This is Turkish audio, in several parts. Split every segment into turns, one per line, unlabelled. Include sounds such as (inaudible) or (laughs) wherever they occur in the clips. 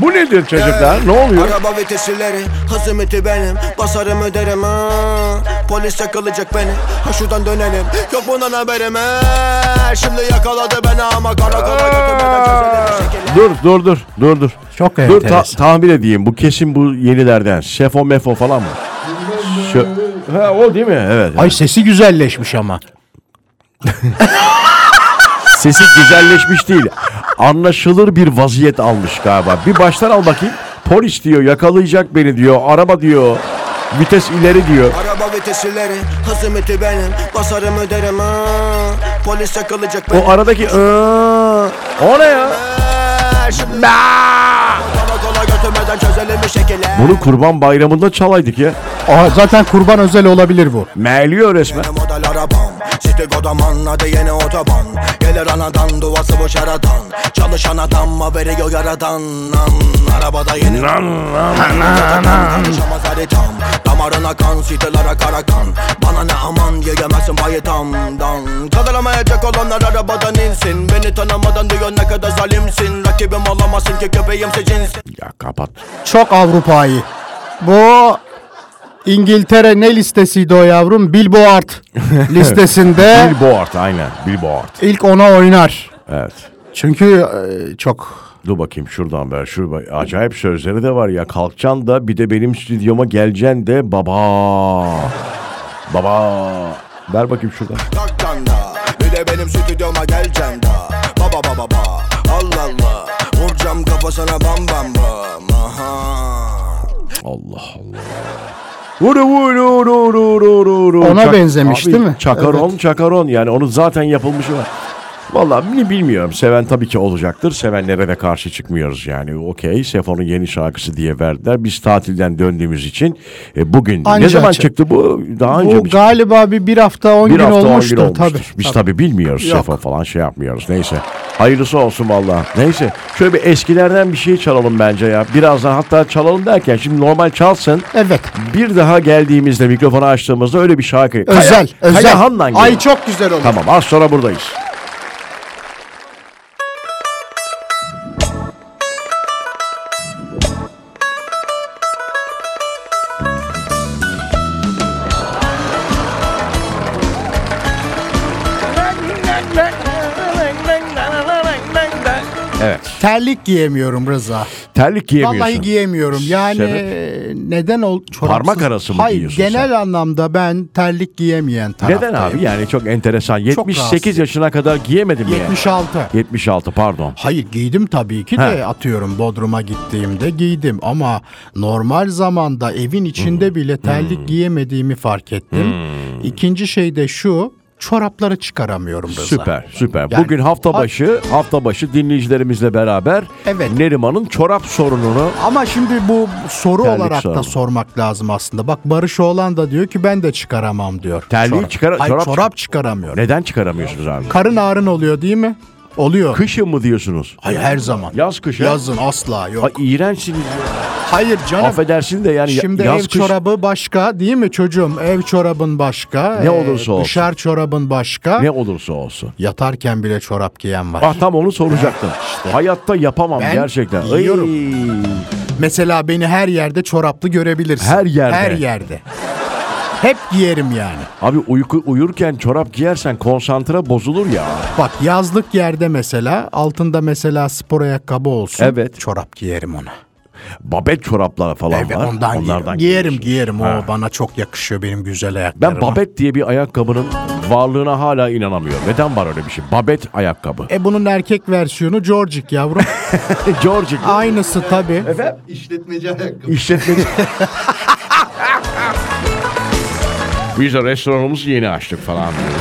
Bu nedir çocuklar? Ne oluyor?
Araba vitesileri Hazımeti benim Basarım öderim ha Polis yakalayacak beni Ha şuradan dönelim Yok bundan haberim ha Şimdi yakaladı beni ama Karakola
Ee.
götürmeden çözelim şekilde
Dur dur dur dur dur. Dur
Çok
ta-
enteresan.
tahmin edeyim bu kesin bu yenilerden. Şefo mefo falan mı? Şö- ha, o değil mi? Evet.
Ay sesi güzelleşmiş ama.
Sesi güzelleşmiş değil. Anlaşılır bir vaziyet almış galiba. Bir baştan al bakayım. Polis diyor yakalayacak beni diyor. Araba diyor. Vites ileri diyor.
Araba vitesileri Hazımeti benim Basarım öderim ha Polis yakalayacak beni
O aradaki "Aa, o ne ya?
Ha, Ee, Şimdi Karakola götürmeden çözelim şekilde
Bunu kurban bayramında çalaydık ya.
Aa, zaten kurban özel olabilir bu.
Merliyor resmen.
Yeni model arabam City Godaman adı yeni otoban Gelir anadan duası bu şaradan Çalışan adam haberi yok yaradan Nan, Arabada yeni Konuşamaz haritam Damarına kan sitelere kara kan Bana ne aman yiyemezsin bayıtamdan Kaldıramayacak olanlar arabadan insin Beni tanımadan diyor ne kadar zalimsin Rakibim olamazsın ki köpeğimse cinsin
Ya kapat.
Çok Avrupa'yı. Bu İngiltere ne listesiydi o yavrum? Billboard
(laughs)
listesinde
Billboard aynen. Billboard.
ilk ona oynar.
Evet.
Çünkü e, çok
Dur bakayım şuradan ver. Şurada acayip sözleri de var ya. Kalkcan da bir de benim stüdyoma geleceksin de baba. Baba. Ver bakayım şuradan.
Taktan da Bir de benim stüdyoma gelcen da Baba baba ba Allah Allah Vuracağım kafasına bam bam bam Aha
Allah Allah. Vuru vuru vuru vuru vuru.
Ona benzemiş, değil mi?
Çakaron çakaron yani onun zaten yapılmışı var. Vallahi bil- bilmiyorum. Seven tabii ki olacaktır. Sevenlere de karşı çıkmıyoruz yani. Okey. Sefo'nun yeni şarkısı diye verdiler. Biz tatilden döndüğümüz için e, bugün ne
Anca
zaman
açık.
çıktı bu? Daha önce
Bu
mi çıktı?
galiba bir, bir hafta 10
Bir
gün
hafta on gün
olmuştur,
olmuştur.
tabii.
Biz tabii,
tabii.
bilmiyoruz
Yok.
sefa falan şey yapmıyoruz. Neyse. Hayırlısı olsun valla. Neyse. Şöyle bir eskilerden bir şey çalalım bence ya. Birazdan hatta çalalım derken şimdi normal çalsın.
Evet.
Bir daha geldiğimizde mikrofonu açtığımızda öyle bir şarkı.
Özel,
Kaya,
özel.
Kayahan'la
Ay
geliyor.
çok güzel oldu.
Tamam az sonra buradayız. Evet.
Terlik giyemiyorum Rıza.
Terlik giyemiyorsun.
Vallahi giyemiyorum. Yani e, neden ol çorapsız-
Parmak arası mı
Hayır,
giyiyorsun
genel
sen?
anlamda ben terlik giyemeyen taraftayım.
Neden abi? Yani çok enteresan. 78
rahatsız.
yaşına kadar giyemedim yani.
76.
76 pardon.
Hayır giydim tabii ki de
He.
atıyorum Bodrum'a gittiğimde giydim ama normal zamanda evin içinde
Hmm.
bile terlik giyemediğimi fark ettim. İkinci şey de şu çorapları çıkaramıyorum Rıza.
Süper, süper.
Yani-
Bugün hafta başı, hafta başı dinleyicilerimizle beraber
Evet.
Neriman'ın çorap sorununu
Ama şimdi bu soru
Terlik
olarak
sorma.
da sormak lazım aslında. Bak Barış Oğlan da diyor ki ben de çıkaramam diyor.
Terliği
Çorap.
çıkara-
Hayır,
çorap
çorap,
çık-
çıkaramıyor.
neden çıkaramıyorsunuz abi?
Karın ağrın oluyor değil mi? Oluyor.
Kışın mı diyorsunuz?
Hayır her zaman.
Yaz kış ha?
Yazın asla yok.
Ay iğrençsiniz. ya.
Hayır canım.
Affedersin de yani ya-
Şimdi
yaz
ev
kış.
çorabı başka değil mi çocuğum? Ev çorabın başka.
Ne olursa olsun.
Dışarı çorabın başka.
Ne olursa olsun.
Yatarken bile çorap giyen var.
Ah tam onu soracaktım. Hayatta yapamam
Ben
gerçekten.
giyiyorum.
Ay.
Mesela beni her yerde çoraplı görebilirsin.
Her yerde.
Her yerde. Hep giyerim yani.
Abi uyku uyurken çorap giyersen konsantre bozulur ya.
Bak yazlık yerde mesela altında mesela spor ayakkabı olsun.
Evet.
Çorap giyerim ona.
Babet çoraplar falan
Evet
var.
ondan giyerim. Giyerim
giyiyorsun.
giyerim.
Ha.
O bana çok yakışıyor benim güzel
Ben
ayaklarıma.
babet diye bir ayakkabının varlığına hala inanamıyorum. Neden var öyle bir şey? Babet ayakkabı.
E bunun erkek versiyonu Georgic (laughs) yavrum.
E, George
Aynısı tabii.
işletmeci. Biz de restoranımızı yeni açtık falan. diyor.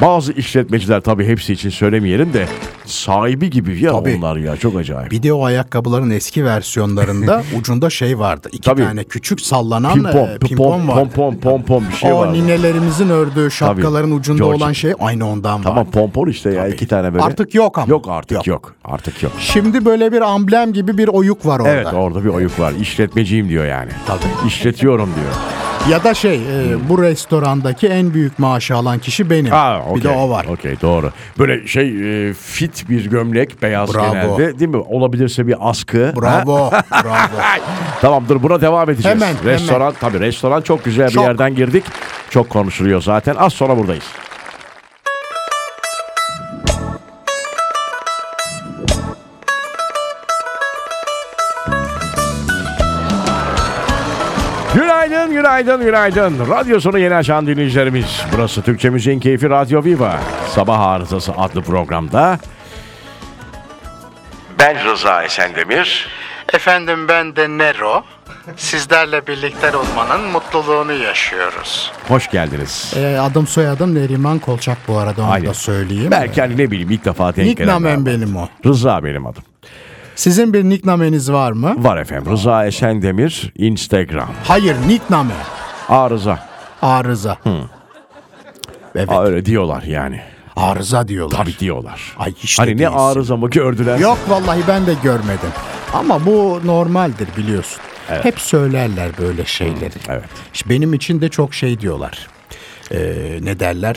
Bazı işletmeciler tabii hepsi için söylemeyelim de sahibi gibi ya
Tabii.
onlar ya çok acayip.
Bir de o ayakkabıların eski (laughs) versiyonlarında ucunda şey vardı. İki
Tabii.
tane küçük sallanan
Pim pom,
e,
pim pom,
pimpon vardı.
pom pom, pom pom bir şey
o
var.
ninelerimizin ördüğü şapkaların ucunda
George.
olan şey aynı ondan
Tamam
var.
pompon işte ya
Tabii.
iki tane böyle.
Artık yok ama.
Yok artık yok.
Yok.
Artık yok.
Şimdi böyle bir amblem gibi bir oyuk var orada.
Evet orada bir oyuk var. İşletmeciyim diyor yani.
Tabii.
İşletiyorum diyor.
Ya da şey e, bu restorandaki en büyük maaşı alan kişi benim.
Aa,
Bir de
okey.
o var.
Okey doğru. Böyle şey e, fit bir gömlek beyaz
Bravo.
genelde değil mi? Olabilirse bir askı. ha?
Bravo. (laughs) bravo.
Ay, Tamamdır buna devam edeceğiz.
Hemen,
restoran tabii restoran çok güzel
Çok.
bir yerden girdik. Çok konuşuluyor zaten. Az sonra buradayız. Günaydın, günaydın, günaydın. Radyosunu yeni açan dinleyicilerimiz. Burası Türkçe Müziğin Keyfi Radyo Viva. Sabah Arızası adlı programda. Ben Rıza Esendemir.
Efendim ben de Nero. Sizlerle birlikte olmanın mutluluğunu yaşıyoruz.
Hoş geldiniz.
Ee, adım soyadım Neriman Kolçak bu arada onu
Aynen.
da söyleyeyim.
Belki hani ne bileyim ilk defa denk gelenler var.
Nickname'm benim o.
Rıza benim adım.
Sizin bir nicknameniz var mı?
Var efendim Rıza Esendemir Instagram.
Hayır nickname.
Arıza.
Arıza. Evet
Aa, öyle diyorlar yani.
arıza diyorlar.
Tabii diyorlar.
Ay işte
hani ne
değilsin.
arıza mı gördüler?
Yok vallahi ben de görmedim. Ama bu normaldir biliyorsun. Hep söylerler böyle şeyleri.
evet.
İşte benim için de çok şey diyorlar. Ee, ne derler?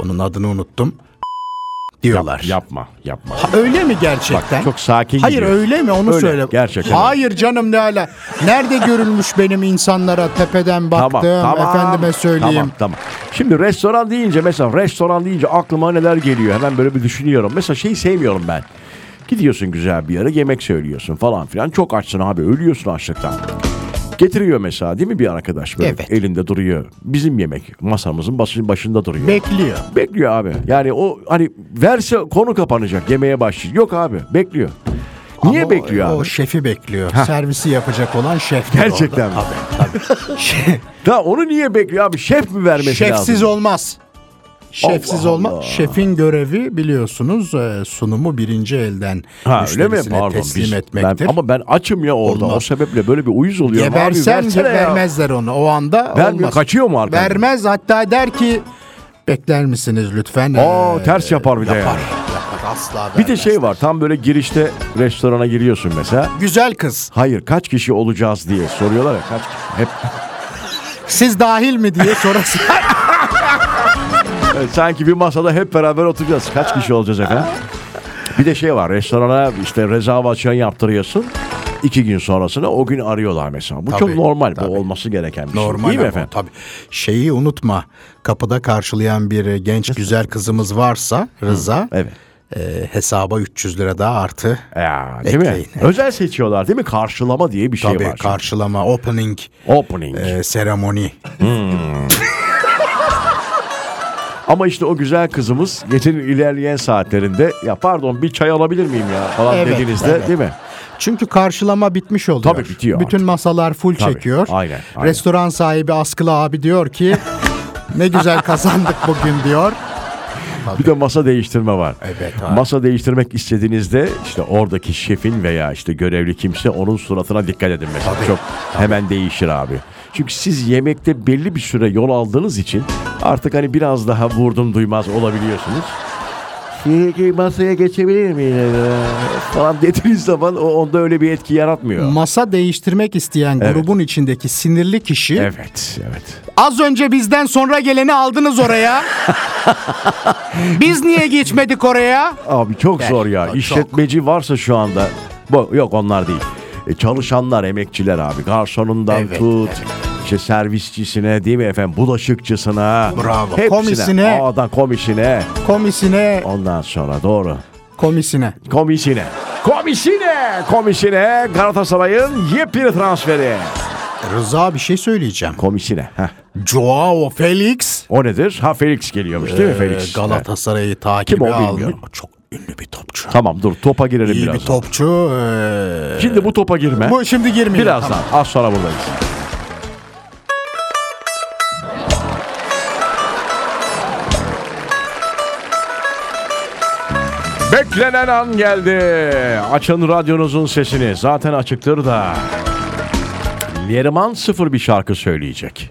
Onun adını unuttum. (laughs) Diyorlar.
Yapma yapma.
Ha, öyle mi gerçekten?
Bak, çok sakin
Hayır
gidiyor.
öyle mi onu
Öyle,
söyle.
gerçekten
Hayır canım ne ala. Nerede görülmüş benim insanlara tepeden baktım efendime söyleyeyim.
Tamam tamam. Şimdi restoran deyince mesela restoran deyince aklıma neler geliyor hemen böyle bir düşünüyorum. Mesela şeyi sevmiyorum ben. Gidiyorsun güzel bir yere yemek söylüyorsun falan filan. Çok açsın abi ölüyorsun açlıktan. Getiriyor mesela değil mi bir arkadaş böyle
Evet.
elinde duruyor. Bizim yemek masamızın başı- başında duruyor.
Bekliyor.
bekliyor abi. Yani o hani verse konu kapanacak yemeğe başlıyor. Yok abi bekliyor. Niye
Ama o-
bekliyor
o,
abi?
şefi bekliyor. Servisi yapacak olan
(laughs)
şef.
Gerçekten mi?
Tabii tabii. Şef-
Da onu niye bekliyor abi? Şef mi vermesi lazım?
Şefsiz olmaz. Şefsiz
Allah
olmaz.
Allah.
Şefin görevi biliyorsunuz e, sunumu birinci elden
Ha öyle mi?
müşterisine
Pardon.
teslim
biz-
etmektir.
ben- ama ben açım ya orada.
Olmaz.
O sebeple böyle bir uyuz oluyorum.
Gebersen
abi,
de
versene ya.
vermezler onu. O anda
Vermiyor,
olmaz.
kaçıyor mu arkadan?
Vermez hatta der ki bekler misiniz lütfen?
Aa,
Ee,
ters yapar bir de
yapar,
yani.
yapar, asla
Bir de
vermez.
şey var tam böyle girişte restorana giriyorsun mesela.
Güzel kız
Hayır kaç kişi olacağız diye soruyorlar ya kaç hep (laughs)
siz dahil mi diye sorasın.
Evet, sanki bir masada hep beraber oturacağız. Kaç kişi olacağız efendim? Bir de şey var restorana işte rezervasyon yaptırıyorsun. İki gün sonrasına o gün arıyorlar mesela. Bu çok
Tabii,
normal.
tabii.
Bu olması gereken bir şey.
Normal
Değil mi
ama
efendim?
Tabii. Şeyi unutma. Kapıda karşılayan bir e, genç güzel kızımız varsa Rıza.
evet.
e, hesaba 300 lira daha artı.
Ya, değil mi?
Bekleyin.
Özel seçiyorlar değil mi? Karşılama diye bir şey
Tabii
var.
karşılama, opening,
Opening.
e, seremoni.
Ama işte o güzel kızımız gecenin ilerleyen saatlerinde ya pardon bir çay alabilir miyim ya falan
Evet,
dediğinizde
evet.
değil mi?
Çünkü karşılama bitmiş oluyor.
Tabii bitiyor
Bütün
artık.
masalar full
Tabii,
çekiyor.
aynen, aynen.
Restoran sahibi Askılı abi diyor ki
(laughs)
ne güzel kazandık bugün diyor.
Bir de masa değiştirme var.
Evet, ha.
Masa değiştirmek istediğinizde işte oradaki şefin veya işte görevli kimse onun suratına dikkat edin mesela. Çok hemen değişir abi. Çünkü siz yemekte belli bir süre yol aldığınız için artık hani biraz daha vurdum duymaz olabiliyorsunuz. Şimdi masaya geçebilir miyim falan dediğiniz zaman o onda öyle bir etki yaratmıyor.
Masa değiştirmek isteyen grubun içindeki sinirli kişi
Evet, evet.
az önce bizden sonra geleni
(laughs)
aldınız oraya. Biz niye geçmedik oraya?
Abi çok
Evet,
zor ya.
çok.
İşletmeci varsa şu anda. Bu, yok onlar değil. E, çalışanlar, emekçiler abi. Garsonundan
Evet,
tut. işte servisçisine değil mi efendim? Bulaşıkçısına.
Bravo.
Hepsine.
Komisine.
A'dan komisine.
Komisine,
Ondan sonra doğru.
komisine.
Komisine. Komisine. Komisine. Galatasaray'ın yepyeni transferi.
Rıza bir şey söyleyeceğim.
Komisine. Heh.
Joao Felix
O nedir? Ha Felix geliyormuş değil mi Felix?
e, Galatasaray'ı takibe
Kim o
aldı.
bilmiyorum.
Çok ünlü bir topçu.
Evet. Tamam dur topa girelim
İyi
biraz.
bir topçu. e,
Şimdi bu topa girme.
Bu şimdi girmeyelim.
Birazdan
tamam.
az sonra buradayız. Beklenen an geldi. Açın radyonuzun sesini. Zaten açıktır da. Neriman sıfır bir şarkı söyleyecek.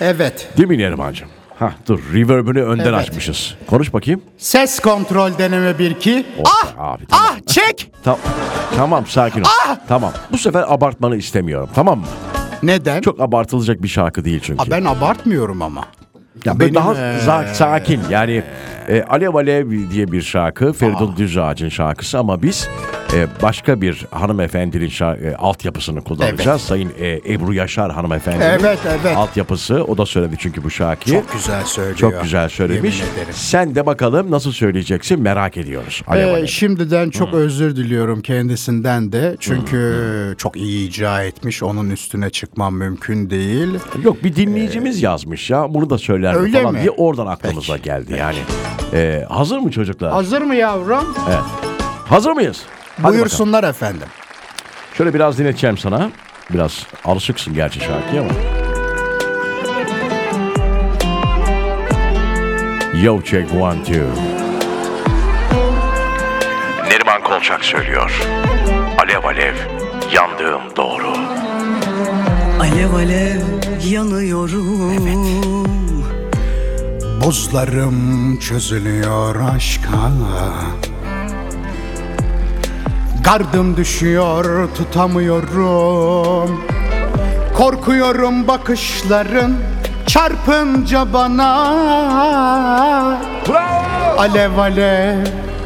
Evet.
Değil mi Neriman'cığım? Hah dur reverb'ünü önden
Evet.
açmışız. Konuş bakayım.
Ses kontrol deneme 1 2.
Oh,
Ah!
abi, tamam.
ah çek!
Ta- tamam sakin ol. Tamam. Bu sefer abartmanı istemiyorum. Tamam mı?
Neden?
Çok abartılacak bir şarkı değil çünkü.
Ha, ben abartmıyorum ama.
Ya
Benim,
böyle daha
eee,
za- sakin yani e, Alev Alev diye bir şarkı Feridun Düzağaç'ın şarkısı ama biz e, başka bir hanımefendinin şar- e, altyapısını kullanacağız.
Evet.
Sayın e, Ebru Yaşar hanımefendinin
Evet, evet.
altyapısı o da söyledi çünkü bu şarkıyı.
Çok güzel söylüyor.
Çok güzel söylemiş.
Yemin ederim.
Sen de bakalım nasıl söyleyeceksin merak ediyoruz. Alev
Ee,
Alev.
şimdiden çok özür diliyorum kendisinden de. Çünkü çok iyi icra etmiş. Onun üstüne çıkmam mümkün değil.
Yok bir dinleyicimiz yazmış ya bunu da söyler mi
Ee, Öyle
falan
mi?
diye oradan aklımıza geldi yani. E, hazır mı çocuklar?
Hazır mı yavrum?
hazır mıyız? Ee, Hadi bakalım.
Buyursunlar efendim.
Şöyle biraz dinleteceğim sana. Biraz alışıksın gerçi şarkıya ama. Yo check one two. Neriman Kolçak söylüyor. Alev alev yandığım doğru.
Alev alev yanıyorum
Buzlarım çözülüyor aşka Gardım düşüyor tutamıyorum Korkuyorum bakışların çarpınca bana Alev alev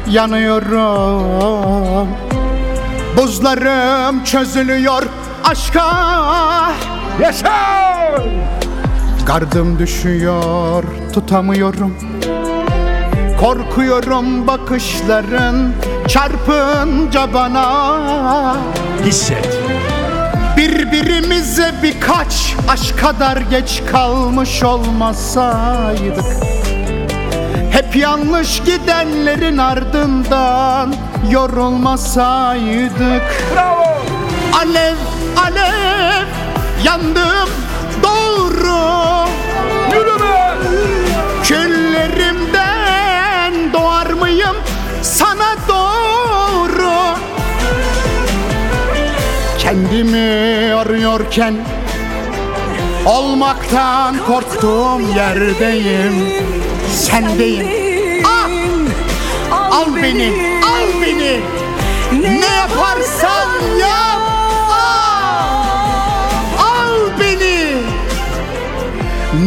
yanıyorum Buzlarım çözülüyor aşka Gardım düşüyor tutamıyorum Korkuyorum bakışların çarpınca bana
Hisset.
Birbirimize birkaç aşk kadar geç kalmış olmasaydık Hep yanlış gidenlerin ardından yorulmasaydık Alev alev yandım doğru Küllerimden doğar mıyım sana doğru Kendimi arıyorken Olmaktan korktuğum yerdeyim Sendeyim Ah! Al beni, al beni Ne yaparsan yap Ah! Al beni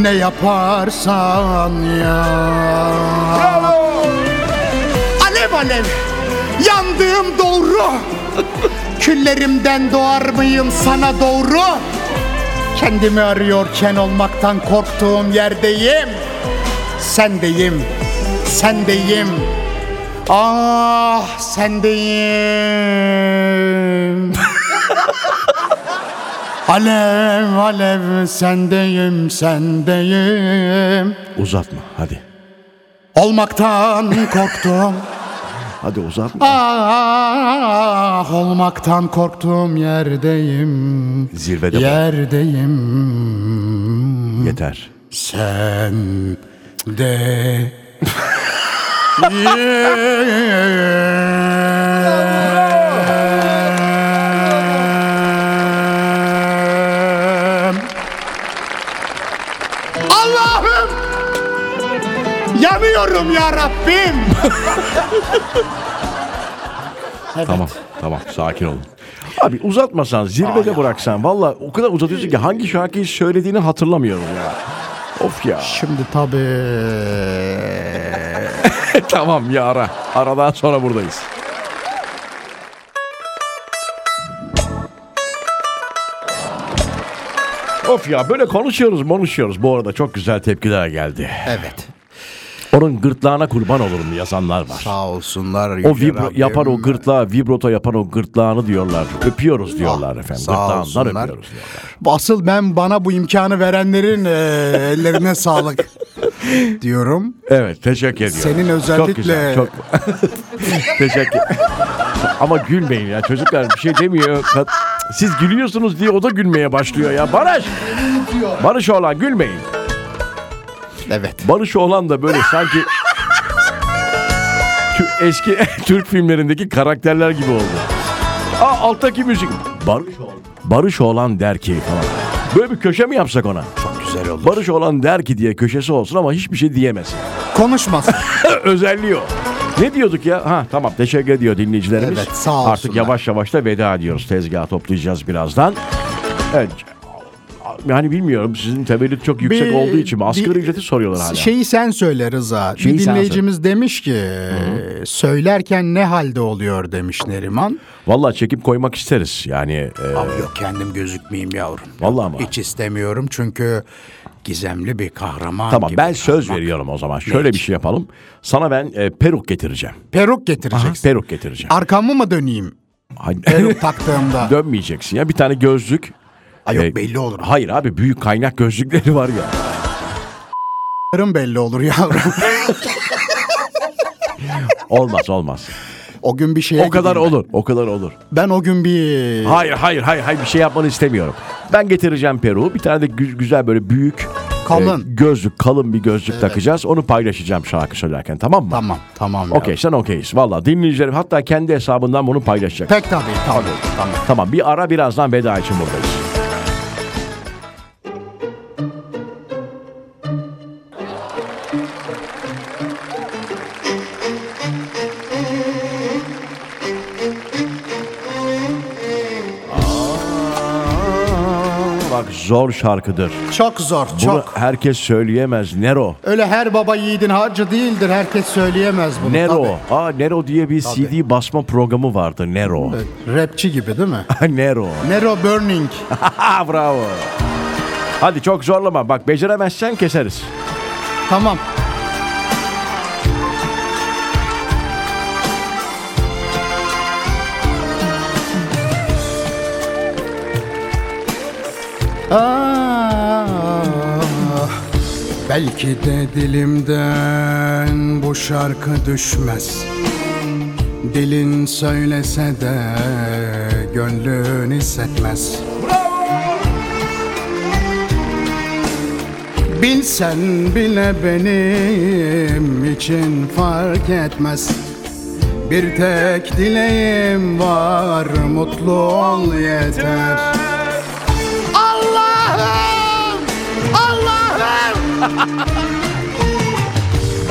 Ne yaparsan yap Alev alev Yandığım doğru Küllerimden doğar mıyım sana doğru? Kendimi arıyorken olmaktan korktuğum yerdeyim. Sendeyim, sendeyim. Ah sendeyim. alev alev sendeyim, sendeyim.
Uzatma hadi.
Olmaktan korktum.
Hadi uzatma.
Ah olmaktan korktuğum yerdeyim.
Zirvede bırak.
Yerdeyim
Yeter.
sen de. Allah'ım! Yanıyorum ya Rabbim.
Tamam tamam sakin olun. Abi uzatmasan zirvede bıraksan valla o kadar uzatıyorsun ki hangi şarkıyı söylediğini hatırlamıyorum ya. Of ya.
Şimdi tabii
tamam ya ara. Aradan sonra buradayız. Of ya böyle konuşuyoruz konuşuyoruz. Bu arada çok güzel tepkiler geldi.
evet.
Onun gırtlağına kurban olurum yazanlar var.
Sağ olsunlar.
O vibro yapar o gırtlağı, vibrota yapan o gırtlağını diyorlar. Öpüyoruz diyorlar efendim.
sağ
Gırtlağından
olsunlar.
öpüyoruz diyorlar.
Asıl ben bana bu imkanı verenlerin eee,
(laughs)
ellerine sağlık diyorum.
Evet teşekkür ediyorum.
Senin özellikle-
Çok güzel, çok... (laughs) teşekkür. Ama gülmeyin ya çocuklar bir şey demiyor. Ka- Siz gülüyorsunuz diye o da gülmeye başlıyor ya. Barış! Barış oğlan gülmeyin.
Evet.
Barış oğlan da böyle sanki... Tü- Eski (laughs) Türk filmlerindeki karakterler gibi oldu. Aa alttaki müzik. Barış oğlan. Barış oğlan der ki falan. Böyle bir köşe mi yapsak ona?
Çok güzel oldu.
Barış oğlan der ki diye köşesi olsun ama hiçbir şey diyemez.
Konuşmaz.
özelliyor. Ne diyorduk ya? Ha tamam teşekkür ediyor dinleyicilerimiz.
Evet, sağ olsunlar.
Artık yavaş yavaş da veda ediyoruz. Tezgahı toplayacağız birazdan. Evet. yani bilmiyorum sizin tevellüt çok (laughs) yüksek
Bir-
olduğu için mi? Asgari
bir- şey-
ücreti soruyorlar hala.
Şeyi sen söyle Rıza.
Şeyi
bir
sen
dinleyicimiz demiş ki "Ee, söylerken ne halde oluyor demiş Neriman.
Vallahi çekip koymak isteriz yani. e,
Abi yok kendim gözükmeyeyim yavrum.
Vallahi ama.
Hiç istemiyorum çünkü gizemli bir kahraman
tamam
gibi
ben söz
kalmak.
veriyorum o zaman. Şöyle bir şey yapalım. Sana ben e, peruk getireceğim.
Peruk getireceksin.
Peruk getireceğim.
Arkamı mı döneyim?
Hayır,
Peruk taktığımda.
(laughs) Dönmeyeceksin ya bir tane gözlük.
Ay yok
E,
belli olur.
Hayır abi büyük kaynak gözlükleri var ya.
Yarın belli
(laughs)
olur yavrum.
Olmaz olmaz.
o gün bir şeye
o kadar
gideyim
olur. O kadar olur.
ben. Ben o gün bir
Hayır hayır hayır hayır bir şey yapmanı istemiyorum. Ben getireceğim peruğu. Bir tane de gü- güzel böyle büyük e,
Kalın.
gözlük, kalın bir gözlük takacağız. Onu paylaşacağım şarkı söylerken tamam mı?
Tamam tamam. yavrum.
Okey sen okeyiz. Valla dinleyicilerim hatta kendi hesabından bunu paylaşacak.
Pek tabii tabii. tamam.
Tamam bir ara birazdan veda için buradayız. Aa, Bak zor şarkıdır.
Çok zor çok.
Bunu herkes söyleyemez. Nero.
Öyle her baba yiğidin harcı değildir. Herkes söyleyemez bunu.
Nero. Aa Nero diye bir CD basma programı vardı. Nero.
tabii. Rapçi gibi değil mi?
(laughs)
(laughs)
Nero.
Nero Burning.
Ha, bravo. Hadi çok zorlama. Bak beceremezsen keseriz.
tamam. Ah, Belki de dilimden bu şarkı düşmez Dilin söylese de gönlün hissetmez Bilsen bile benim için fark etmez Bir tek dileğim var mutlu ol yeter Allah'ım Allah'ım (laughs)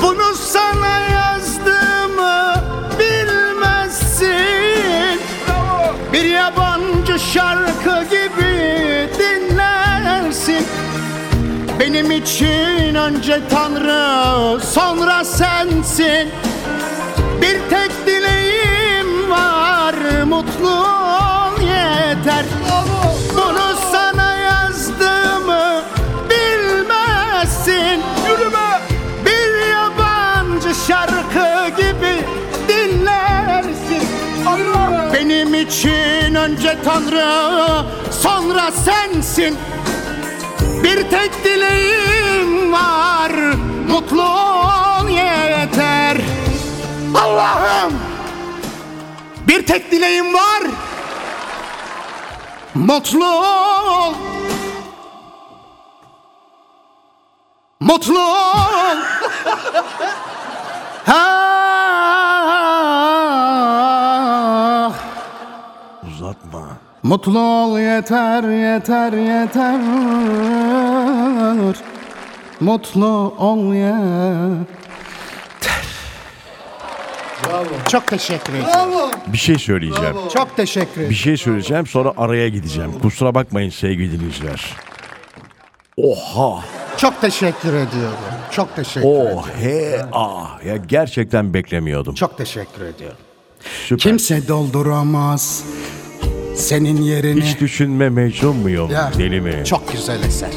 Bunu sana yazdığımı bilmezsin Bir yabancı şarkı gibi dinlersin benim için önce Tanrı sonra sensin Bir tek dileğim var mutlu ol yeter Bunu sana yazdığımı bilmezsin Yürüme Bir yabancı şarkı gibi dinlersin Benim için önce Tanrı sonra sensin bir tek dileğim var Mutlu ol yeter Allah'ım Bir tek dileğim var Mutlu ol Mutlu ol (laughs) Ah,
Uzatma.
Mutlu ol yeter yeter yeter Mutlu ol yeter Çok teşekkür ederim.
Bir şey söyleyeceğim.
Çok teşekkür
Bir
ederim.
şey söyleyeceğim sonra araya gideceğim. Kusura bakmayın sevgili dinleyiciler. Oha.
Çok teşekkür ediyorum. Çok teşekkür
O he a. Ya gerçekten beklemiyordum.
Çok teşekkür ediyorum.
Süper.
Kimse dolduramaz senin yerini.
Hiç düşünme Mecnun muyum?
Ya,
Deli mi?
Çok güzel eser.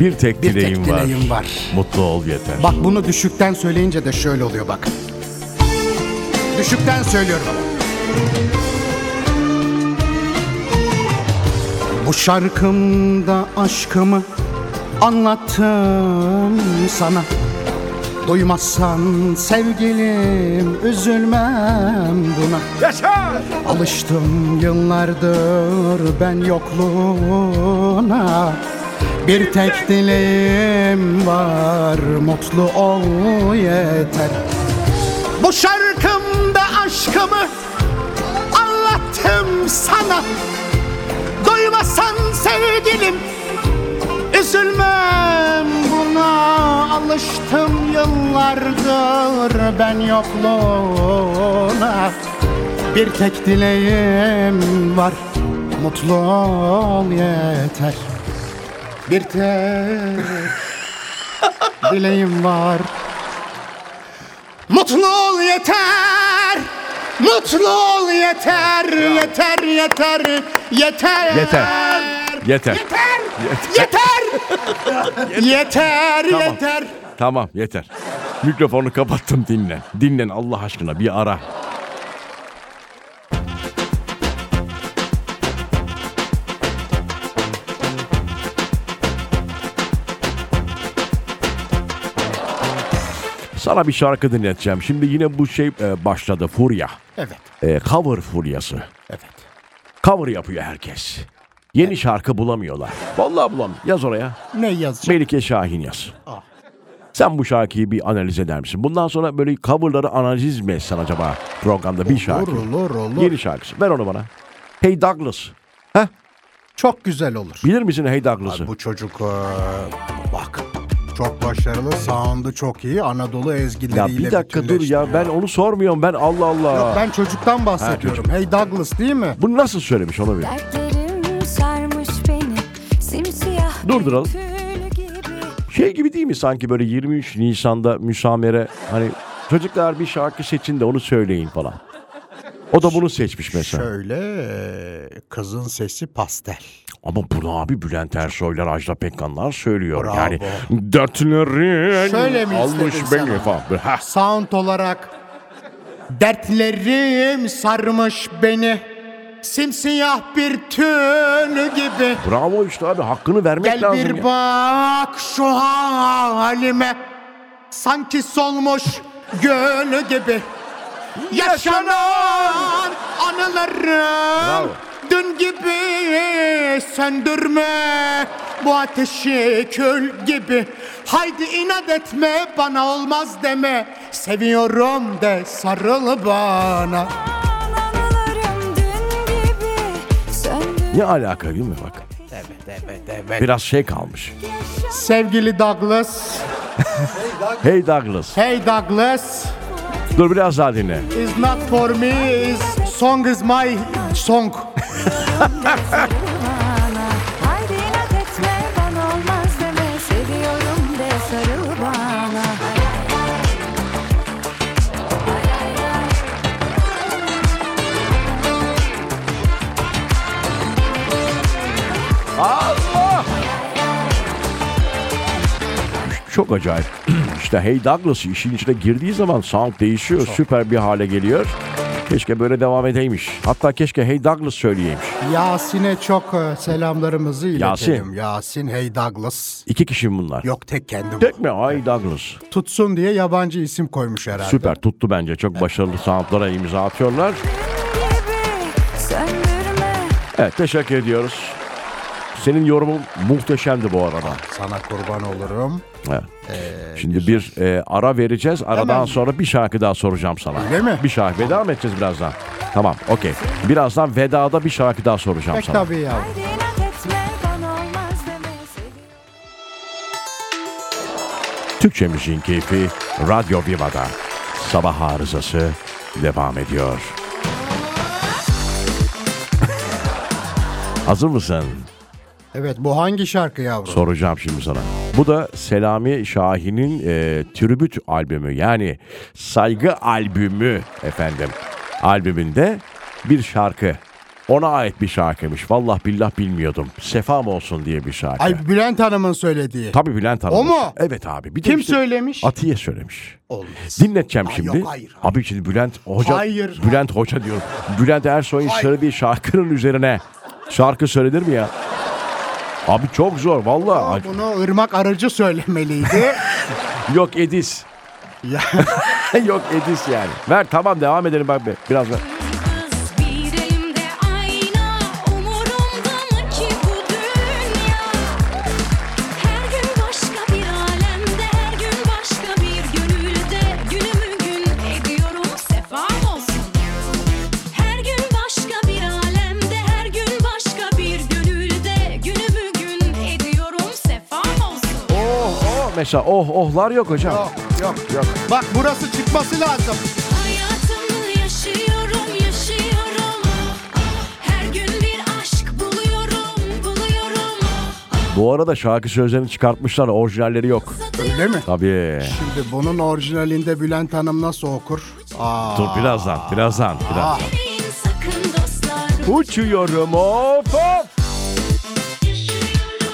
Bir tek
Bir tek
dileğim, var.
dileğim var.
Mutlu ol yeter.
Bak bunu düşükten söyleyince de şöyle oluyor bak. Düşükten söylüyorum ama. Bu şarkımda aşkımı anlattım sana. Duymazsan sevgilim üzülmem buna. Alıştım yıllardır ben yokluğuna Bir tek dileğim var mutlu ol yeter Bu şarkımda aşkımı anlattım sana Duymasan sevgilim Üzülmem buna alıştım yıllardır ben yokluğuna bir tek dileğim var Mutlu ol yeter. Bir
(laughs)
tek dileğim var. Mutlu ol yeter. Mutlu ol yeter. Yeter yeter yeter.
Yeter. Yeter.
Yeter.
(laughs)
yeter
Tamam.
yeter.
Tamam yeter. Mikrofonu kapattım dinlen. Dinlen Allah aşkına bir ara. Sana bir şarkı dinleteceğim. Şimdi yine bu şey e, başladı. Furya.
Evet.
E, cover furyası.
Evet.
Cover yapıyor herkes. Yeni şarkı bulamıyorlar. Vallahi bulam. Yaz oraya.
Ne yazacağım?
Melike Şahin yaz.
Ah.
Sen bu şarkıyı bir analiz eder misin? Bundan sonra böyle coverları analiz mi etsen acaba programda bir şarkı?
olur, olur.
Yeni şarkısı. Ver onu bana. Hey Douglas.
Çok güzel olur.
Bilir misin Hey Douglas'ı?
Bu
e,
çocuk eee, bak çok başarılı, sound'u çok iyi, Anadolu
Ya
ezgileriyle
bir dakika dur
bütünleşti.
ya ben onu sormuyorum ben Allah Allah.
Yok, ben çocuktan bahsediyorum. hey Douglas değil mi?
Bunu nasıl söylemiş onu bir.
Dertlerim sarmış beni Simsiyah
Durduralım.
bir tül gibi
Şey gibi değil mi sanki böyle 23 Nisan'da müsamere hani çocuklar bir şarkı seçin de onu söyleyin falan. O da bunu seçmiş mesela.
Şöyle eee, kızın sesi pastel.
Ama bunu abi Bülent Ersoylar, Ajda Pekkanlar söylüyor.
Bravo.
Yani dertlerin
Şöyle mi
almış
istedin
beni
sen?
falan. Ha.
Sound olarak dertlerim sarmış beni. Simsiyah bir tül gibi.
Bravo işte abi hakkını vermek
Gel
lazım. ya.
bir bak şu halime Sanki solmuş gönlü gibi Yaşanan
Bravo.
anılarım Dün gibi söndürme bu ateşi kül gibi Haydi inat etme bana olmaz deme Seviyorum de sarıl bana
Anılarım dün gibi Söndü
Ne alaka değil mi bak? Biraz şey kalmış.
Sevgili Douglas
Hey Douglas.
Hey Douglas
Dur biraz daha dinle.
is not for me is song is my song.
bana Haydi inat etme bana olmaz deme Seviyorum de sarıl bana
Çok acayip. (clears throat) işte Hey Douglas işin içine girdiği zaman sound değişiyor. Süper bir hale geliyor. Keşke böyle devam edeymiş. Hatta keşke Hey Douglas söyleyeymiş.
Yasin'e çok e, selamlarımızı iletelim.
Yasin.
Yasin. Hey Douglas.
İki kişi mi bunlar?
Yok tek kendim.
Tek mi? Hey Douglas.
Tutsun diye yabancı isim koymuş herhalde.
Süper tuttu bence. Çok başarılı soundlara imza atıyorlar.
Dün gibi söndürme
Evet teşekkür ediyoruz. Senin yorumun muhteşemdi bu arada.
Sana kurban olurum.
Evet. Şimdi bir e, ara vereceğiz. Aradan
Ee, Hemen.
sonra bir şarkı daha soracağım sana.
Öyle mi?
Bir şarkı. Veda mı edeceğiz birazdan? Tamam okey. Birazdan vedada bir şarkı daha soracağım
Pek
sana.
tabii ya.
Haydi inat etme bana olmaz deme Seviyorum
Türkçe Müziğin Keyfi Radyo Viva'da. Sabah arızası devam ediyor. (laughs) Hazır mısın?
Evet bu hangi şarkı yavrum?
Soracağım şimdi sana. Bu da Selami Şahin'in e, tribüt albümü yani saygı albümü efendim. Albümünde bir şarkı. Ona ait bir şarkıymış. Vallahi billah bilmiyordum. Sefam olsun diye bir şarkı.
Ay Bülent Hanım'ın söylediği.
Tabii Bülent Hanım.
O mu?
Evet abi. Bir de
Kim
işte
söylemiş?
Atiye söylemiş.
Olmaz.
Dinleteceğim
Ay
şimdi.
yok, hayır, hayır.
Abi şimdi Bülent Hoca
Hayır.
Bülent Hoca diyorum. Bülent Ersoy'un
Hayır.
söylediği şarkının üzerine şarkı söylenir mi ya? Abi çok zor vallahi. Ay-
Bunu Irmak Arıcı söylemeliydi.
Yok Edis.
Ya.
(laughs) Yok Edis yani. Ver tamam devam edelim bak be. Biraz ver.
Kız bir elimde ayna umurumda mı ki bu dünya Her gün başka bir alemde her gün başka bir gönülde günümü gün ediyorum sefam olsun Her gün başka bir alemde her gün başka bir gönülde günümü gün ediyorum sefam olsun
Oh oh mesela oh ohlar yok hocam.
(laughs) yok, yok, yok. Bak burası çıkması lazım.
Hayatımı yaşıyorum, yaşıyorum. Her gün bir aşk
Bu arada şarkı sözlerini çıkartmışlar. Orijinalleri yok.
Öyle mi?
Tabii.
Şimdi bunun orijinalinde Bülent Hanım nasıl okur? Aa,
Dur birazdan, birazdan, birazdan.
Demeyin sakın dostlar
Ah. Uçuyorum of of.
Yaşıyorum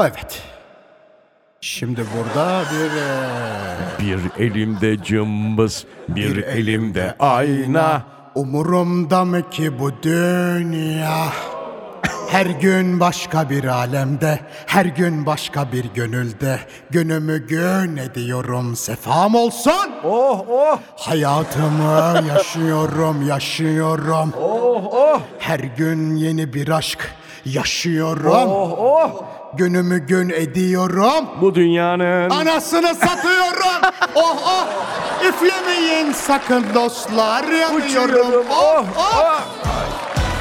Evet. Şimdi burada bir e,
Bir elimde cımbız, bir, elimde ayna.
Umurumda mı ki bu dünya? Her gün başka bir alemde, her gün başka bir gönülde. Günümü gün ediyorum, sefam olsun.
Oh oh
Hayatımı yaşıyorum, yaşıyorum.
oh oh
Her gün yeni bir aşk yaşıyorum.
oh.
Günümü gün ediyorum.
Bu dünyanın
Anasını satıyorum. (laughs) oh oh. Üflemeyin sakın dostlar. Yanıyorum.
Uçuyorum,
Oh
oh,
oh.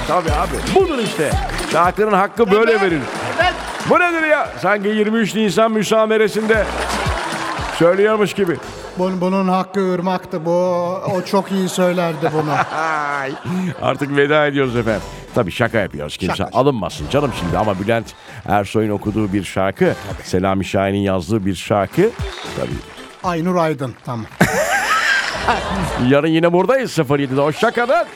Tabii abi. Budur işte. Şarkının hakkı böyle verir. Bu nedir ya? Sanki 23 Nisan müsameresinde söylüyormuş gibi.
Bunun, bunun hakkı ırmaktı bu. O çok iyi söylerdi (laughs) bunu.
Ay. Artık veda ediyoruz efendim. Tabii şaka yapıyoruz. Kimse alınmasın canım şimdi ama Bülent Ersoy'un okuduğu bir şarkı, Selami Şahin'in yazdığı bir şarkı. Tabii.
Aynur Aydın tamam.
Yarın yine buradayız 07'de. Hoşça kalın.